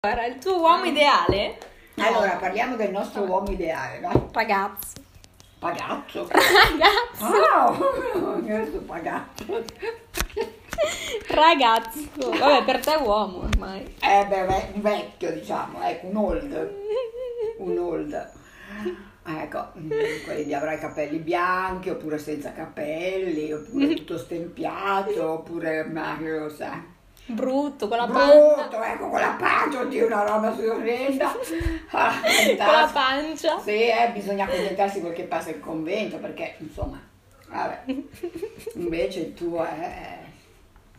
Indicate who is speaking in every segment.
Speaker 1: Allora, il tuo uomo ideale?
Speaker 2: Allora, parliamo del nostro uomo ideale, va?
Speaker 1: Ragazzo.
Speaker 2: Pagazzo.
Speaker 1: Ragazzo.
Speaker 2: Oh, questo pagazzo.
Speaker 1: Ragazzo. Vabbè, per te è uomo ormai.
Speaker 2: Eh, beh, beh, un vecchio, diciamo, ecco, un old. Un old. Ecco, mm, quindi avrà i capelli bianchi, oppure senza capelli, oppure tutto stempiato, oppure, ma che lo sa,
Speaker 1: Brutto, con la pancia.
Speaker 2: brutto, ecco, con la pancia, oddio, una roba sorrenda. Ah,
Speaker 1: Con la
Speaker 2: fantastico.
Speaker 1: pancia.
Speaker 2: Sì, eh, bisogna accontentarsi quel che passa il convento, perché insomma, vabbè. Invece il tuo è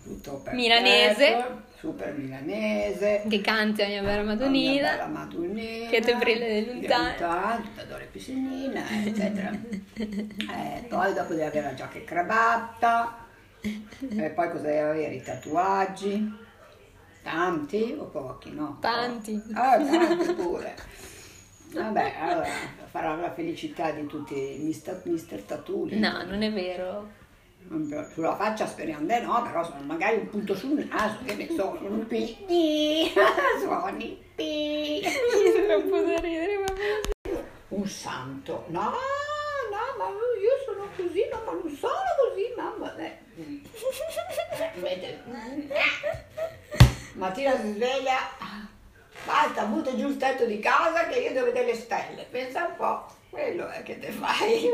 Speaker 2: tutto perfetto,
Speaker 1: Milanese.
Speaker 2: super milanese.
Speaker 1: Che canti la mia vera
Speaker 2: La
Speaker 1: Madonnina.
Speaker 2: Madonnina.
Speaker 1: Che te brilla nel lontano.
Speaker 2: Adore piscinina, eccetera. Eh, poi dopo devi avere la giacca e cravatta. E poi cosa devi avere? I tatuaggi? Tanti o pochi? No.
Speaker 1: Tanti.
Speaker 2: Ah, tanti pure. Vabbè, allora farà la felicità di tutti i mister, mister Tatuli.
Speaker 1: No, non è vero.
Speaker 2: Sulla faccia speriamo di no, però sono magari un punto sul naso, che ne so, un pi, suoni pi.
Speaker 1: Troppo da ridere, vabbè.
Speaker 2: Un santo. No, no, ma io sono così, no, ma non sono così, mamma. eh. Beh, mattina si sveglia, basta, butta giù il tetto di casa che io devo vedere le stelle. Pensa un po', quello è che te fai.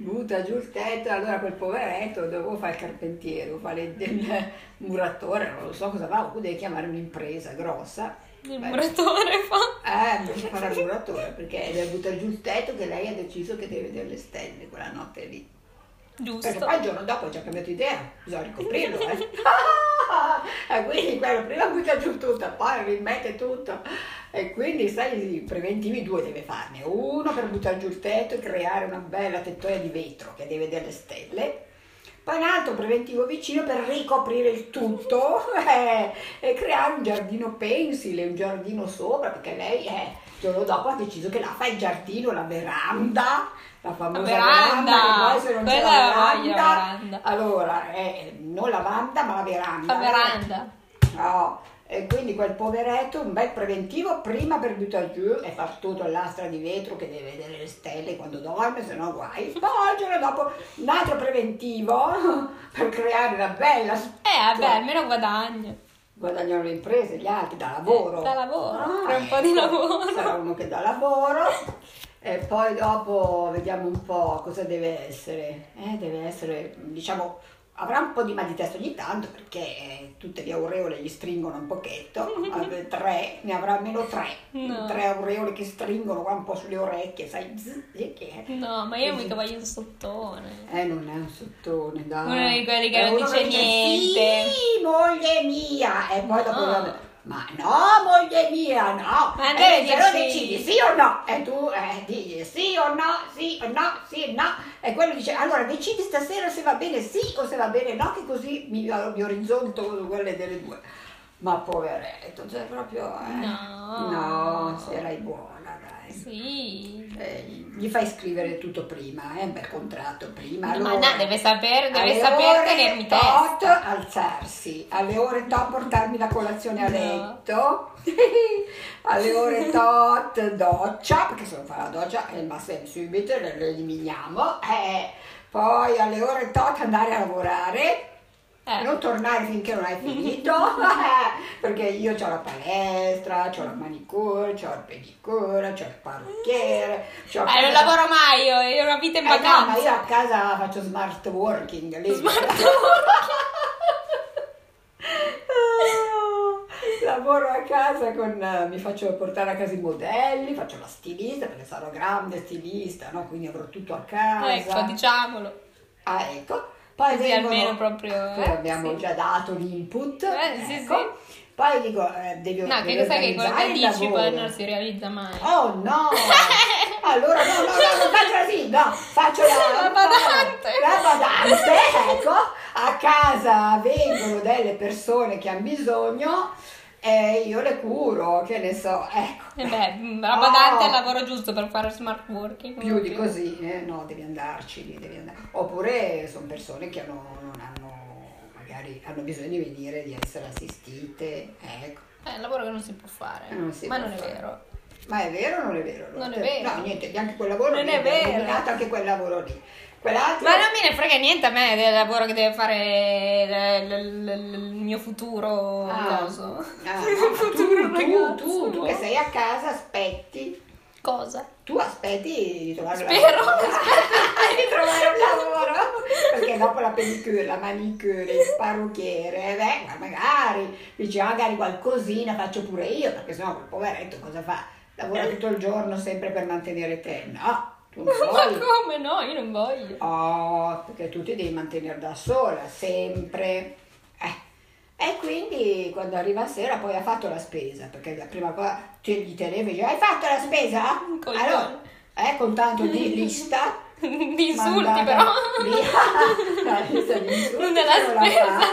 Speaker 2: Butta giù il tetto, allora quel poveretto dovevo fare il carpentiere, dovevo fare il, il muratore, non lo so cosa fa, oppure devi chiamare un'impresa grossa.
Speaker 1: Il
Speaker 2: Beh,
Speaker 1: muratore fa.
Speaker 2: eh, mi fa la muratore, perché deve buttare giù il tetto che lei ha deciso che deve vedere le stelle quella notte lì. Perché
Speaker 1: Giusto.
Speaker 2: poi il giorno dopo ha già cambiato idea, bisogna ricoprirlo, eh. e quindi quello prima butta giù tutto, poi rimette tutto. E quindi, sai, i preventivi due deve farne. Uno per buttare giù il tetto e creare una bella tettoia di vetro che deve vedere le stelle. Poi un altro preventivo vicino per ricoprire il tutto eh, e creare un giardino pensile, un giardino sopra, perché lei eh, il giorno dopo ha deciso che la fa il giardino, la veranda, la famosa
Speaker 1: veranda,
Speaker 2: veranda, che poi se non c'è
Speaker 1: quella
Speaker 2: la
Speaker 1: la voglio,
Speaker 2: veranda,
Speaker 1: la veranda.
Speaker 2: allora eh, non la vanda ma la veranda.
Speaker 1: La veranda.
Speaker 2: No, e quindi quel poveretto un bel preventivo prima per buttare giù e far tutto l'astra di vetro che deve vedere le stelle quando dorme, se no guai. Poi il giorno dopo un altro preventivo per creare una bella...
Speaker 1: Eh, vabbè,
Speaker 2: Cioè.
Speaker 1: almeno guadagno.
Speaker 2: Guadagnano le imprese, gli altri, da lavoro. Ah, ecco,
Speaker 1: Da Eh, lavoro, per un po' di lavoro.
Speaker 2: Sarà uno che dà lavoro. E poi dopo vediamo un po' cosa deve essere. Eh, deve essere, diciamo, avrà un po' di mal di testa ogni tanto perché eh, tutte le aureole gli stringono un pochetto. Vabbè, tre, ne avrà almeno tre.
Speaker 1: No.
Speaker 2: Tre aureole che stringono qua un po' sulle orecchie, sai? zzz, e che è.
Speaker 1: No, ma io mica voglio un sottone.
Speaker 2: Eh, non è un sottone, dai.
Speaker 1: Uno di quelli che
Speaker 2: È
Speaker 1: non
Speaker 2: uno
Speaker 1: dice niente.
Speaker 2: Sì, moglie mia. E poi dopo...
Speaker 1: No.
Speaker 2: vabbè, Ma no, moglie mia, no.
Speaker 1: Ma
Speaker 2: eh,
Speaker 1: deve
Speaker 2: se lo
Speaker 1: dirsi-
Speaker 2: decidi sì o no. E tu eh, digli sì o no, sì o no, sì o no. E quello dice, allora decidi stasera se va bene sì o se va bene no, che così mi, ah, mi orizzonto con quelle delle due. Ma poveretto, cioè proprio... Eh.
Speaker 1: No.
Speaker 2: No, sarai buona, dai.
Speaker 1: Sì.
Speaker 2: Eh, gli fai scrivere tutto prima, eh, per contratto prima.
Speaker 1: Ma
Speaker 2: allora-
Speaker 1: no, deve sapere, deve
Speaker 2: alle
Speaker 1: saper
Speaker 2: ore
Speaker 1: tenermi testa.
Speaker 2: tot alzarsi, alle ore tot portarmi la colazione a
Speaker 1: No.
Speaker 2: letto, alle ore tot doccia, perché se non fa la doccia è il massimo subito, lo lo eliminiamo, eh, poi alle ore tot andare a lavorare,
Speaker 1: Eh.
Speaker 2: non tornare finché non hai finito, eh, perché io ho la palestra, ho la manicure, ho il pedicure, ho il parrucchiere, c'ho
Speaker 1: Eh, non lavoro mai io, io una vita in
Speaker 2: eh no, ma
Speaker 1: vacanza.
Speaker 2: io a casa faccio smart working lì. Lavoro a casa con. eh, mi faccio portare a casa i modelli, faccio la stilista perché sarò grande stilista, no? Quindi avrò tutto a casa.
Speaker 1: Ecco, diciamolo.
Speaker 2: Ah, ecco. Poi
Speaker 1: Così
Speaker 2: vengono-
Speaker 1: almeno proprio,
Speaker 2: Poi
Speaker 1: eh,
Speaker 2: abbiamo
Speaker 1: sì.
Speaker 2: già dato l'input.
Speaker 1: Eh, sì,
Speaker 2: ecco. Poi dico, eh, devi
Speaker 1: No,
Speaker 2: devi
Speaker 1: che sai che quello
Speaker 2: organizzare
Speaker 1: che
Speaker 2: il
Speaker 1: dici poi
Speaker 2: lavoro.
Speaker 1: non si realizza mai.
Speaker 2: Oh no! Allora no, no, no, non faccio così, no, faccio la,
Speaker 1: La badante.
Speaker 2: La badante, ecco, a casa vengono delle persone che hanno bisogno e io le curo, che ne so, ecco.
Speaker 1: E Eh beh, mh, la badante è
Speaker 2: Oh.
Speaker 1: il lavoro giusto per fare smart working.
Speaker 2: Più di così, eh, no, devi andarci, lì, devi andare. Oppure sono persone che hanno- non hanno, magari hanno bisogno di venire, di essere assistite, ecco.
Speaker 1: È un Eh, lavoro che non si può fare.
Speaker 2: Eh, non si
Speaker 1: Ma
Speaker 2: può
Speaker 1: non è
Speaker 2: fare.
Speaker 1: vero.
Speaker 2: Ma è vero o non è vero? allora?
Speaker 1: Non è vero.
Speaker 2: No, niente, anche quel lavoro
Speaker 1: Non
Speaker 2: lì,
Speaker 1: è vero.
Speaker 2: eliminato anche quel lavoro lì. Quell'altro...
Speaker 1: Ma non me ne frega niente a me del lavoro che deve fare l- l- l- il mio futuro
Speaker 2: Ah.
Speaker 1: coso.
Speaker 2: Ah,
Speaker 1: Il
Speaker 2: no, ma tu,
Speaker 1: futuro
Speaker 2: tu,
Speaker 1: ragazzo.
Speaker 2: tu, tu che sei a casa aspetti,
Speaker 1: Cosa?
Speaker 2: tu aspetti di trovare un
Speaker 1: Spero,
Speaker 2: lavoro.
Speaker 1: spero
Speaker 2: di trovare un lavoro. Perché dopo la pedicure, la manicure, il parrucchiere, eh, beh, ma magari dice magari qualcosina faccio pure io, perché sennò quel poveretto cosa fa? Lavora tutto il giorno sempre per mantenere te. No, tu non
Speaker 1: Ma
Speaker 2: vuoi.
Speaker 1: come no? Io non voglio.
Speaker 2: Oh, perché tu ti devi mantenere da sola, sempre. Eh. E quindi quando arriva sera poi ha fatto la spesa, perché la prima cosa ti gli teneva e dice, hai fatto la spesa?
Speaker 1: Un coglione.
Speaker 2: Allora, eh, con tanto di lista.
Speaker 1: Di insulti
Speaker 2: mandata
Speaker 1: però.
Speaker 2: via. La lista di insulti
Speaker 1: Non nella
Speaker 2: non la
Speaker 1: spesa.
Speaker 2: fa.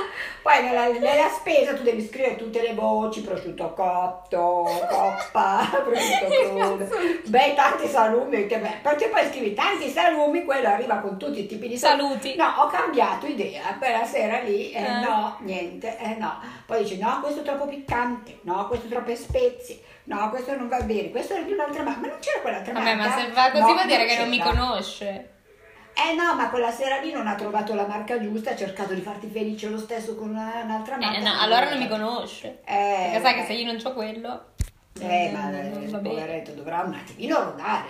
Speaker 2: Poi nella, nella spesa tu devi scrivere tutte le voci, prosciutto cotto, Oh, coppa, prosciutto crudo. Beh, tanti salumi, che beh, perché poi scrivi tanti salumi, quello arriva con tutti i tipi di salumi.
Speaker 1: Saluti.
Speaker 2: No, ho cambiato idea, quella sera lì, eh,
Speaker 1: Eh.
Speaker 2: no, niente, eh, no. Poi dici, no, questo è troppo piccante, no, questo è troppe spezie, no, questo non va bene, questo è di un'altra marca, ma non c'era quell'altra marca?
Speaker 1: Vabbè, ma se va così
Speaker 2: No,
Speaker 1: vuol dire che non mi
Speaker 2: c'era.
Speaker 1: conosce.
Speaker 2: Eh no, ma quella sera lì non ha trovato la marca giusta, ha cercato di farti felice lo stesso con una- un'altra marca.
Speaker 1: Eh, no, allora non mi conosce.
Speaker 2: Eh,
Speaker 1: Perché sai che
Speaker 2: vabbè.
Speaker 1: se io non ho quello.
Speaker 2: Eh,
Speaker 1: non-
Speaker 2: ma eh,
Speaker 1: non- non
Speaker 2: il
Speaker 1: va bene.
Speaker 2: poveretto dovrà un attimino rodare,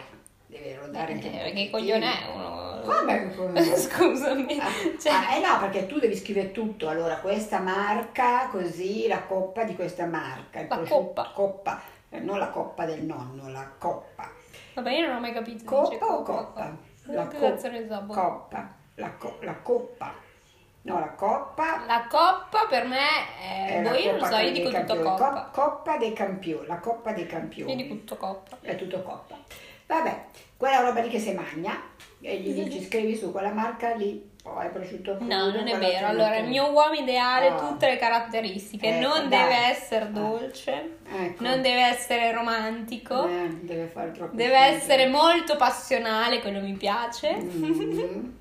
Speaker 2: deve rodare
Speaker 1: Eh,
Speaker 2: anche un
Speaker 1: perché
Speaker 2: pochettino.
Speaker 1: coglione è uno.
Speaker 2: Come coglione?
Speaker 1: Scusami.
Speaker 2: Ah,
Speaker 1: Cioè,
Speaker 2: ah, eh no, perché tu devi scrivere tutto. Allora, questa marca, così, la coppa di questa marca. il
Speaker 1: La
Speaker 2: prosciutto-
Speaker 1: coppa.
Speaker 2: coppa. Eh, non la coppa del nonno, la coppa.
Speaker 1: vabbè, io non ho mai capito. se dice
Speaker 2: eh. Coppa o coppa?
Speaker 1: coppa?
Speaker 2: La
Speaker 1: Che
Speaker 2: coppa.
Speaker 1: cazzo ne so, boh.
Speaker 2: Coppa. La, co- la coppa. No, la coppa.
Speaker 1: La coppa per me è.
Speaker 2: è la
Speaker 1: boh, io non
Speaker 2: coppa
Speaker 1: so, io
Speaker 2: dei
Speaker 1: dico tutto
Speaker 2: campioni.
Speaker 1: coppa.
Speaker 2: Co- coppa dei campioni. La coppa dei campioni.
Speaker 1: Io dico tutto coppa.
Speaker 2: è tutto coppa. Vabbè, quella roba lì che si magna e gli dici scrivi su quella marca lì, poi prosciutto crudo,
Speaker 1: Mhm. No, non è
Speaker 2: quella
Speaker 1: vero.
Speaker 2: giornata
Speaker 1: Allora,
Speaker 2: lì.
Speaker 1: il mio uomo ideale ha
Speaker 2: Ah.
Speaker 1: tutte le caratteristiche.
Speaker 2: Eh,
Speaker 1: non
Speaker 2: dai.
Speaker 1: deve essere
Speaker 2: Ah.
Speaker 1: dolce,
Speaker 2: Ecco.
Speaker 1: non deve essere romantico,
Speaker 2: Eh, deve fare troppo
Speaker 1: deve
Speaker 2: schifo.
Speaker 1: essere molto passionale, quello mi piace.
Speaker 2: Mm.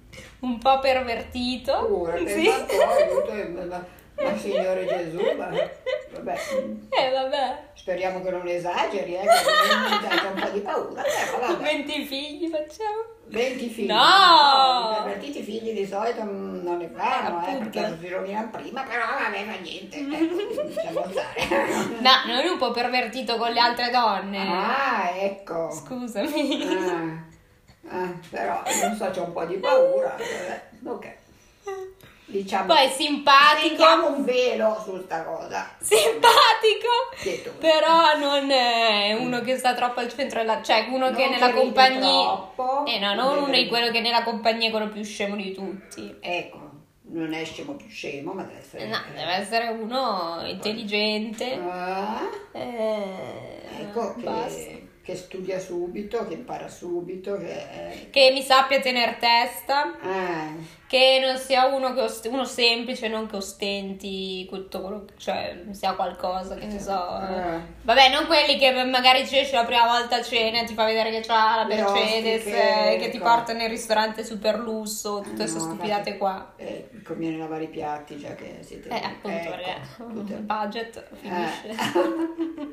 Speaker 1: Un po' pervertito.
Speaker 2: Pure,
Speaker 1: sì.
Speaker 2: pensa un po', aiuto, ma, ma Signore Gesù, ma, vabbè, mm,
Speaker 1: Eh, vabbè.
Speaker 2: speriamo che non esageri, eh, che mi date un po' di paura, però vabbè. Eh.
Speaker 1: 20 figli facciamo.
Speaker 2: 20 figli,
Speaker 1: No!
Speaker 2: i pervertiti figli di solito mm, non ne fanno, eh,
Speaker 1: Appunto.
Speaker 2: perché si rovinano prima, però vabbè, fa niente, ecco, diciamo stare.
Speaker 1: No, non un po' pervertito con le altre donne.
Speaker 2: Ah, ecco.
Speaker 1: Scusami.
Speaker 2: Ah, ah, però non so, c'ho un po' di paura. vabbè, Ok. Diciamo.
Speaker 1: Poi simpatico.
Speaker 2: Stringiamo un velo su sta cosa.
Speaker 1: Simpatico.
Speaker 2: Dietro.
Speaker 1: Però non è uno che sta troppo al centro della... Cioè, uno che
Speaker 2: Non
Speaker 1: nella
Speaker 2: ride
Speaker 1: compagnia...
Speaker 2: troppo.
Speaker 1: Eh no, non uno
Speaker 2: deve-
Speaker 1: di quello che nella compagnia è quello più scemo di tutti.
Speaker 2: Ecco, non è scemo più scemo, ma deve essere.
Speaker 1: Eh No, deve essere uno intelligente.
Speaker 2: Ah,
Speaker 1: Eh,
Speaker 2: ecco,
Speaker 1: basta.
Speaker 2: che, che studia subito, che impara subito, che.
Speaker 1: Che mi sappia tenere testa.
Speaker 2: Ah,
Speaker 1: Che non sia uno, che ost- uno semplice, non che ostenti tutto quello che... Cioè, sia qualcosa, che ne so...
Speaker 2: eh,
Speaker 1: Vabbè, non quelli che magari ci esce la prima volta a cena e ti fa vedere che c'ha la
Speaker 2: Le
Speaker 1: Mercedes,
Speaker 2: ostiche,
Speaker 1: eh, che ti
Speaker 2: cosa.
Speaker 1: porta nel ristorante super lusso, tutte
Speaker 2: Ah,
Speaker 1: queste
Speaker 2: no,
Speaker 1: stupidate
Speaker 2: vabbè.
Speaker 1: qua.
Speaker 2: eh, conviene lavare i piatti, già che siete.
Speaker 1: Eh, appunto, Ah,
Speaker 2: ecco,
Speaker 1: ragazzi,
Speaker 2: tutte- Ah, Eh.
Speaker 1: il budget finisce.
Speaker 2: Importante.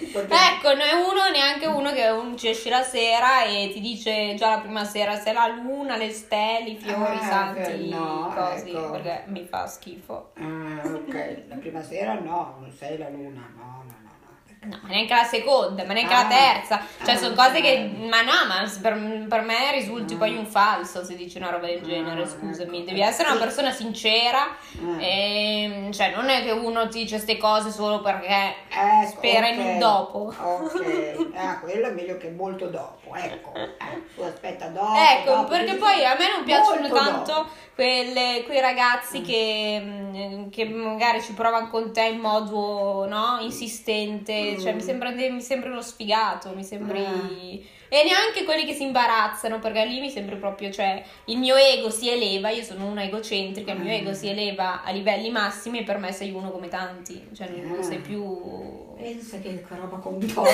Speaker 1: Ecco, non è uno, neanche uno che un- ci esce la sera e ti dice già la prima sera se la luna, le stelle, i fiori, i
Speaker 2: Ah,
Speaker 1: santi,
Speaker 2: no,
Speaker 1: così,
Speaker 2: ecco.
Speaker 1: perché mi fa schifo.
Speaker 2: Ah, ok, la prima sera no, non sei la luna, no, no, no, no. perché-
Speaker 1: No, ma neanche la seconda, ma neanche
Speaker 2: Ah.
Speaker 1: la terza. Cioè,
Speaker 2: Ah,
Speaker 1: sono cose che.
Speaker 2: ok.
Speaker 1: Ma no, ma s- per, per me risulti
Speaker 2: Ah.
Speaker 1: poi un falso se dici una roba del genere.
Speaker 2: Ah,
Speaker 1: scusami,
Speaker 2: ecco.
Speaker 1: devi essere una
Speaker 2: Sì.
Speaker 1: persona sincera.
Speaker 2: Ah.
Speaker 1: ehm, cioè, non è che uno ti dice queste cose solo perché
Speaker 2: Ecco,
Speaker 1: spera in
Speaker 2: ok,
Speaker 1: un dopo.
Speaker 2: Ok, ah, quello è meglio che molto dopo, ecco. Eh, tu aspetta dopo.
Speaker 1: Ecco,
Speaker 2: dopo,
Speaker 1: perché
Speaker 2: così-
Speaker 1: poi a me non piacciono
Speaker 2: Molto
Speaker 1: tanto
Speaker 2: dopo.
Speaker 1: quelle- quei ragazzi che, mm, che magari ci provano con te in modo no, insistente, cioè
Speaker 2: Mm. Eh.
Speaker 1: mi sembra, de- mi sembri uno sfigato, mi sembri... E neanche quelli che si imbarazzano, perché lì mi sembri proprio, cioè il mio ego si eleva, io sono una egocentrica, il mio
Speaker 2: Mm.
Speaker 1: ego si eleva a livelli massimi e per me sei uno come tanti, cioè non, non sei
Speaker 2: Ah.
Speaker 1: più...
Speaker 2: Pensa che roba contorta.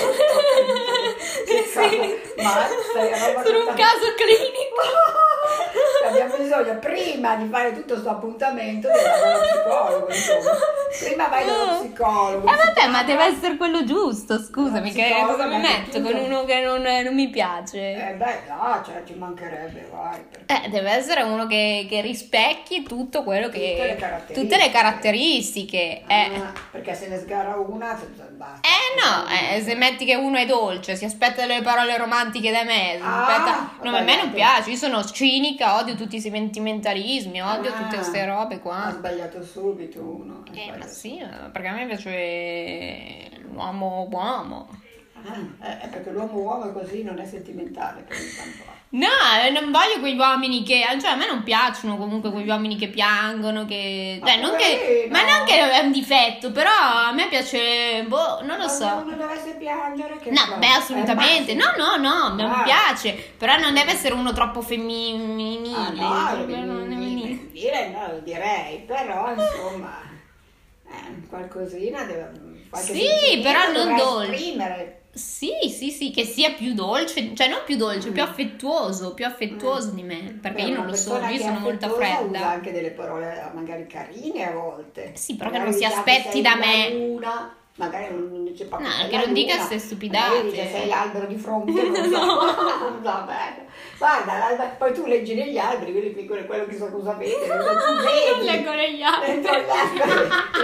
Speaker 2: che
Speaker 1: Sì.
Speaker 2: roba- Mazza, che roba
Speaker 1: sono un
Speaker 2: contorta.
Speaker 1: caso clinico.
Speaker 2: Abbiamo bisogno prima di fare tutto questo appuntamento della psicologo, insomma. Prima vai dallo psicologo.
Speaker 1: Eh vabbè, ma deve essere quello giusto, scusami, che
Speaker 2: Psicologo,
Speaker 1: cosa mi
Speaker 2: ma che
Speaker 1: metto
Speaker 2: tu-
Speaker 1: con uno che non, non mi piace?
Speaker 2: Eh beh, no, cioè ci mancherebbe, vai. per-
Speaker 1: Eh, deve essere uno che, che rispecchi tutto quello che...
Speaker 2: Tutte le caratteristiche.
Speaker 1: tutte le caratteristiche, eh.
Speaker 2: Ah, perché se ne sgarra una, se basta.
Speaker 1: Eh no, eh, se metti che uno è dolce, si aspetta delle parole romantiche da me, si
Speaker 2: Ah,
Speaker 1: aspetta- No, ma a me non
Speaker 2: sbagliato.
Speaker 1: piace, io sono cinica, odio tutti i sentimentalismi, odio
Speaker 2: Ah,
Speaker 1: tutte queste robe qua.
Speaker 2: Ha sbagliato subito uno. ha
Speaker 1: Eh, ma
Speaker 2: sbagliato.
Speaker 1: sì, ma perché a me piace l'uomo uomo.
Speaker 2: Ah, eh, eh, perché l'uomo uomo è così, non è sentimentale. per il tanto.
Speaker 1: No, eh, non voglio quegli uomini che. Cioè, a me non piacciono comunque quegli uomini che piangono. Che.
Speaker 2: Ma
Speaker 1: Cioè, non che.
Speaker 2: poverino.
Speaker 1: Ma non che è un difetto, però a me piace. Boh, non lo
Speaker 2: Ma
Speaker 1: so.
Speaker 2: Non dovesse piangere che
Speaker 1: No,
Speaker 2: fa?
Speaker 1: beh, assolutamente.
Speaker 2: Eh,
Speaker 1: No, no, no, non mi
Speaker 2: Ah.
Speaker 1: piace. Però non deve essere uno troppo femminile.
Speaker 2: ma- Ah, no,
Speaker 1: proprio non- femminile.
Speaker 2: non dire no, lo direi, però insomma, eh, qualcosina deve qualche
Speaker 1: Sì,
Speaker 2: sentimento
Speaker 1: però non
Speaker 2: dovrà
Speaker 1: dolce.
Speaker 2: esprimere.
Speaker 1: Sì, sì, sì, che sia più dolce, cioè non più dolce, più affettuoso, più affettuoso di me, Eh, perché
Speaker 2: Mm. Beh,
Speaker 1: io
Speaker 2: una
Speaker 1: non lo so,
Speaker 2: persona
Speaker 1: io
Speaker 2: che è
Speaker 1: sono molto
Speaker 2: affettuosa Usa
Speaker 1: fredda.
Speaker 2: anche delle parole magari carine a volte.
Speaker 1: Sì, però che
Speaker 2: Magari
Speaker 1: non si
Speaker 2: dice, "Ah,
Speaker 1: aspetti
Speaker 2: sei
Speaker 1: da
Speaker 2: la
Speaker 1: me."
Speaker 2: luna, magari non non dice proprio
Speaker 1: No,
Speaker 2: "Sei
Speaker 1: che
Speaker 2: la
Speaker 1: non dica
Speaker 2: luna",
Speaker 1: queste stupidate.
Speaker 2: magari dice, sei l'albero di fronte, non so. Vabbè. Guarda, l'albe- poi tu leggi negli alberi, quelli piccoli, quello che so cosa vedi, tu eh, vedi.
Speaker 1: Leggo negli
Speaker 2: Dentro
Speaker 1: altri.
Speaker 2: le,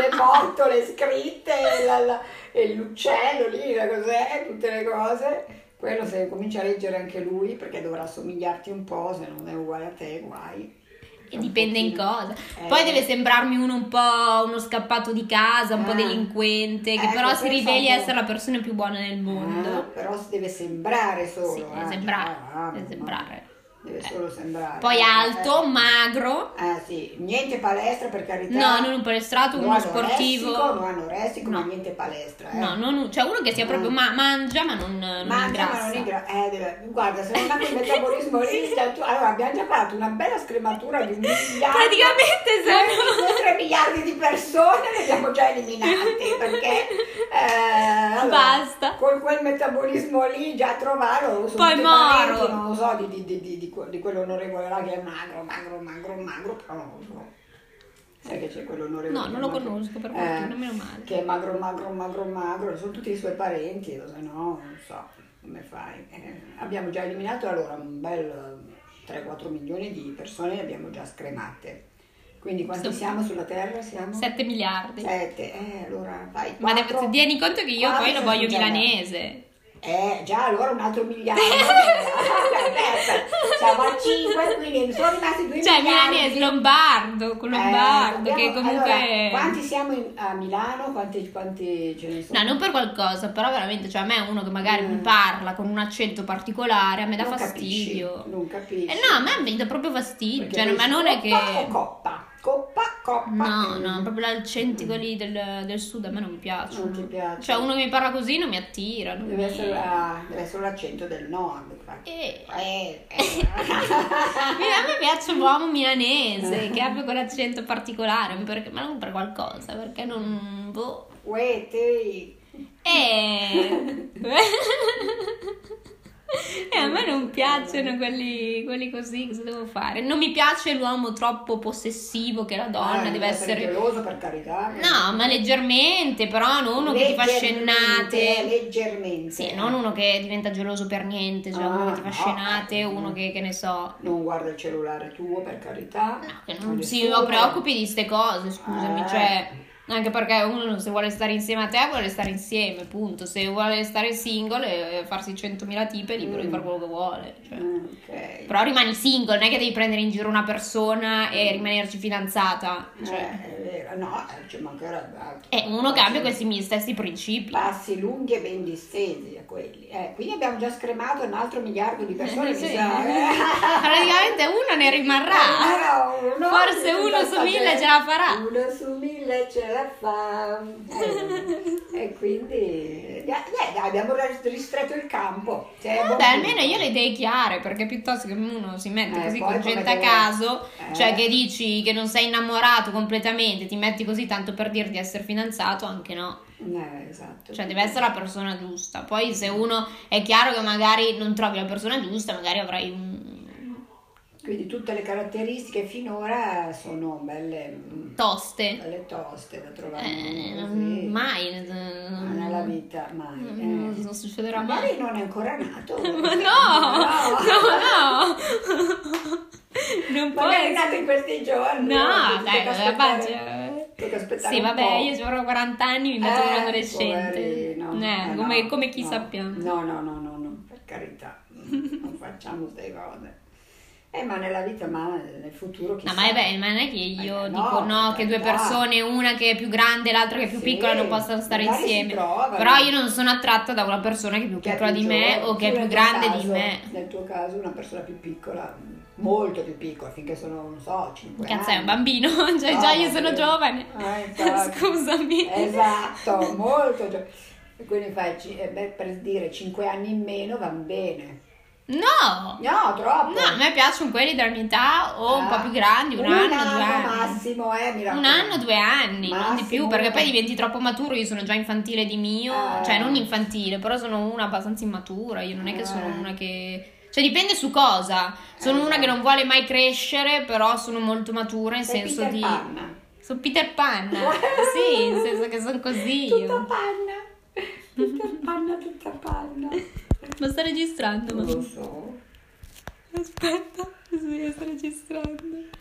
Speaker 2: le mortole scritte e, la- la- e l'uccello lì, la cos'è, tutte le cose. Quello se comincia a leggere anche lui, perché dovrà somigliarti un po', se non è uguale a te, guai.
Speaker 1: E dipende in cosa.
Speaker 2: Eh.
Speaker 1: Poi deve sembrarmi uno un po' uno scappato di casa, un po'
Speaker 2: Ah.
Speaker 1: delinquente, che
Speaker 2: Ecco,
Speaker 1: però si
Speaker 2: pensavo.
Speaker 1: riveli essere la persona più buona del
Speaker 2: Ah,
Speaker 1: mondo.
Speaker 2: però si deve sembrare solo.
Speaker 1: Sì,
Speaker 2: eh.
Speaker 1: deve sembrare,
Speaker 2: Ah,
Speaker 1: deve
Speaker 2: mamma.
Speaker 1: sembrare.
Speaker 2: Deve
Speaker 1: Eh.
Speaker 2: solo sembrare.
Speaker 1: Poi alto, magro.
Speaker 2: Eh. Ah sì, niente palestra per carità.
Speaker 1: No, non un palestrato,
Speaker 2: No
Speaker 1: uno
Speaker 2: anoressico, No
Speaker 1: sportivo.
Speaker 2: anoressico,
Speaker 1: No.
Speaker 2: ma niente palestra. Eh.
Speaker 1: No, non un- cioè uno che sia proprio ma- mangia ma non, non
Speaker 2: Mangia, ma
Speaker 1: ingrassa.
Speaker 2: non ingra- eh, deve- guarda, se non ha quel metabolismo lì, già tu- allora abbiamo già fatto una bella scrematura di un miliardo.
Speaker 1: Praticamente sono-
Speaker 2: 3 miliardi di persone le abbiamo già eliminate perché eh, allora,
Speaker 1: Basta.
Speaker 2: con quel metabolismo lì già trovarlo su
Speaker 1: Poi
Speaker 2: tutti i parenti,
Speaker 1: Moro.
Speaker 2: non lo so di, di, di, di, di, que- di quell'onorevole là che è magro magro magro magro però non lo so sai che c'è quell'onorevole
Speaker 1: No,
Speaker 2: che
Speaker 1: non
Speaker 2: è
Speaker 1: lo
Speaker 2: magro?
Speaker 1: conosco, per
Speaker 2: Eh,
Speaker 1: fortuna, meno male.
Speaker 2: che è magro, magro, magro, magro, sono tutti i suoi parenti, lo sai, no, non so come fai. Eh, abbiamo già eliminato allora un bel eh, 3-4 milioni di persone le abbiamo già scremate. Quindi quanti
Speaker 1: Sì.
Speaker 2: siamo sulla Terra? Siamo
Speaker 1: 7 miliardi.
Speaker 2: 7. Eh, allora vai.
Speaker 1: Ma
Speaker 2: quattro.
Speaker 1: devi- tieni conto che io
Speaker 2: Quattro
Speaker 1: poi lo
Speaker 2: sono
Speaker 1: voglio
Speaker 2: già-
Speaker 1: milanese.
Speaker 2: Eh, già allora un altro miliardo. Aspetta, siamo a 5, quindi sono rimasti 2
Speaker 1: Cioè,
Speaker 2: miliardi.
Speaker 1: milanese, lombardo, con lombardo,
Speaker 2: Eh,
Speaker 1: che
Speaker 2: abbiamo-
Speaker 1: comunque...
Speaker 2: allora, quanti siamo in- a Milano? Quanti, quanti ce ne sono?
Speaker 1: No, non per qualcosa, però veramente, cioè a me uno che magari mi
Speaker 2: Mm.
Speaker 1: parla con un accento particolare, a me dà
Speaker 2: Non
Speaker 1: fastidio.
Speaker 2: capisci, non capisci.
Speaker 1: Eh no, a me mi dà proprio fastidio,
Speaker 2: Perché
Speaker 1: cioè, non- ma
Speaker 2: pensi
Speaker 1: non è che...
Speaker 2: coppa o Coppa, coppa, coppa.
Speaker 1: No, no, proprio l'accento quelli del, del sud a me non mi piacciono.
Speaker 2: Non ti piace.
Speaker 1: Cioè uno che mi parla così non mi attira. Non
Speaker 2: Deve
Speaker 1: mi...
Speaker 2: essere, la- deve essere l'accento del nord. infatti.
Speaker 1: Eh.
Speaker 2: Eh, eh.
Speaker 1: Eh, A me piace l'uomo milanese che abbia quell'accento particolare, perché- ma non per qualcosa, perché non. Boh.
Speaker 2: Uè, te.
Speaker 1: E... e Eh. a me non piacciono quelli, quelli così, cosa devo fare? Non mi piace l'uomo troppo possessivo che la donna
Speaker 2: Ah,
Speaker 1: deve essere...
Speaker 2: geloso per carità.
Speaker 1: No, ma leggermente, però non uno che ti fa
Speaker 2: Leggermente,
Speaker 1: scennate.
Speaker 2: Leggermente.
Speaker 1: Sì, non uno che diventa geloso per niente, cioè uno che ti fa
Speaker 2: Ah, no.
Speaker 1: scenate, uno che, che ne so...
Speaker 2: Non guarda il cellulare tuo, per carità.
Speaker 1: No, che
Speaker 2: Ma
Speaker 1: non si
Speaker 2: nessuno.
Speaker 1: preoccupi di ste cose, scusami,
Speaker 2: Eh.
Speaker 1: cioè... Anche perché uno se vuole stare insieme a te vuole stare insieme, punto. Se vuole stare single e farsi 100.000 tipe è libero di
Speaker 2: Mm.
Speaker 1: fare quello che vuole. cioè.
Speaker 2: Ok.
Speaker 1: Però rimani single, non è che devi prendere in giro una persona e rimanerci fidanzata. Cioè,
Speaker 2: Mm. Eh, è vero, no, eh, ci mancherebbe altro.
Speaker 1: è uno che abbia
Speaker 2: Sì.
Speaker 1: questi miei stessi principi.
Speaker 2: passi lunghi e ben distesi a quelli. Eh, quindi abbiamo già scremato un altro miliardo di persone,
Speaker 1: Eh, Sì.
Speaker 2: mi sa. Ah.
Speaker 1: Praticamente uno ne
Speaker 2: Eh,
Speaker 1: rimarrà.
Speaker 2: Allora, uno
Speaker 1: Forse
Speaker 2: di
Speaker 1: uno
Speaker 2: tutta
Speaker 1: su mille
Speaker 2: gente.
Speaker 1: ce la farà.
Speaker 2: Uno su mille ce la fa. Eh, e quindi eh, dai, dai, abbiamo ristretto il campo. Cioè, a buon
Speaker 1: Vabbè, almeno
Speaker 2: punto.
Speaker 1: io le idee chiare, perché piuttosto che uno si mette
Speaker 2: Eh,
Speaker 1: così
Speaker 2: poi
Speaker 1: con
Speaker 2: come
Speaker 1: gente a
Speaker 2: deve-
Speaker 1: caso,
Speaker 2: Eh.
Speaker 1: cioè che dici che non sei innamorato completamente, ti metti così tanto per dirti essere fidanzato, anche no.
Speaker 2: Eh, esatto.
Speaker 1: Cioè deve essere la persona giusta. Poi se uno è chiaro che magari non trovi la persona giusta, magari avrai un...
Speaker 2: Quindi tutte le caratteristiche finora sono belle, mm,
Speaker 1: Toste.
Speaker 2: belle toste da trovare.
Speaker 1: Eh,
Speaker 2: così.
Speaker 1: mai. eh, mm,
Speaker 2: Ma nella vita, mai.
Speaker 1: Non,
Speaker 2: eh.
Speaker 1: Mm, non succederà mai.
Speaker 2: Magari non è ancora nato.
Speaker 1: Ma no! No, no! Non può
Speaker 2: Magari è
Speaker 1: essere.
Speaker 2: nato in questi giorni.
Speaker 1: No,
Speaker 2: ti
Speaker 1: dai,
Speaker 2: tocca
Speaker 1: la
Speaker 2: aspettare-
Speaker 1: faccio.
Speaker 2: tocca aspettare
Speaker 1: Sì,
Speaker 2: un
Speaker 1: vabbè,
Speaker 2: po'.
Speaker 1: io ci avrò 40 anni, mi metto
Speaker 2: Eh,
Speaker 1: un adolescente.
Speaker 2: poverino.
Speaker 1: Eh,
Speaker 2: Eh,
Speaker 1: come,
Speaker 2: no,
Speaker 1: come chi
Speaker 2: no.
Speaker 1: sappiamo.
Speaker 2: No, no, no, no, no, per carità, non facciamo queste cose. Eh, ma nella vita, ma nel futuro chissà.
Speaker 1: No, ma è bello, ma non è che io
Speaker 2: Eh, no,
Speaker 1: dico no, che
Speaker 2: per
Speaker 1: due
Speaker 2: carità.
Speaker 1: persone, una che è più grande e l'altra che è più
Speaker 2: Sì,
Speaker 1: piccola, non possono stare
Speaker 2: magari si
Speaker 1: insieme.
Speaker 2: trovano.
Speaker 1: Però io non sono attratta da una persona che è più
Speaker 2: Che è
Speaker 1: piccola
Speaker 2: più
Speaker 1: di me
Speaker 2: giovane.
Speaker 1: o che è
Speaker 2: Tu
Speaker 1: più
Speaker 2: nel tuo
Speaker 1: grande di
Speaker 2: caso-
Speaker 1: me.
Speaker 2: Nel tuo caso una persona più piccola, molto più piccola, finché sono, non so, 5
Speaker 1: Cazzo,
Speaker 2: anni.
Speaker 1: è un bambino, cioè
Speaker 2: No,
Speaker 1: già io
Speaker 2: vabbè.
Speaker 1: sono giovane.
Speaker 2: Eh, infatti.
Speaker 1: Scusami.
Speaker 2: Esatto, molto giovane. Quindi fai, ci- eh, beh, per dire, 5 anni in meno va bene.
Speaker 1: No!
Speaker 2: No, troppo.
Speaker 1: No, a me piacciono quelli della mia età o un
Speaker 2: Ah.
Speaker 1: po' più grandi, un, anno, due anni.
Speaker 2: massimo, eh, mi
Speaker 1: Un
Speaker 2: raccomando.
Speaker 1: anno, due anni, non di
Speaker 2: Massimo.
Speaker 1: più, perché poi diventi troppo maturo, io sono già infantile di mio,
Speaker 2: Eh.
Speaker 1: cioè non infantile, però sono una abbastanza immatura, io non è che sono
Speaker 2: Eh.
Speaker 1: una che... Cioè dipende su cosa, sono
Speaker 2: Eh,
Speaker 1: una che
Speaker 2: esatto.
Speaker 1: non vuole mai crescere, però sono molto matura in
Speaker 2: Sei
Speaker 1: senso
Speaker 2: Peter
Speaker 1: di...
Speaker 2: Pan.
Speaker 1: Sono Peter Pan, sì, in senso che sono così
Speaker 2: Tutta
Speaker 1: io.
Speaker 2: panna. Tutta panna, tutta panna.
Speaker 1: Lo sta registrando,
Speaker 2: Non
Speaker 1: ma...
Speaker 2: lo so.
Speaker 1: Aspetta, sì, sta registrando.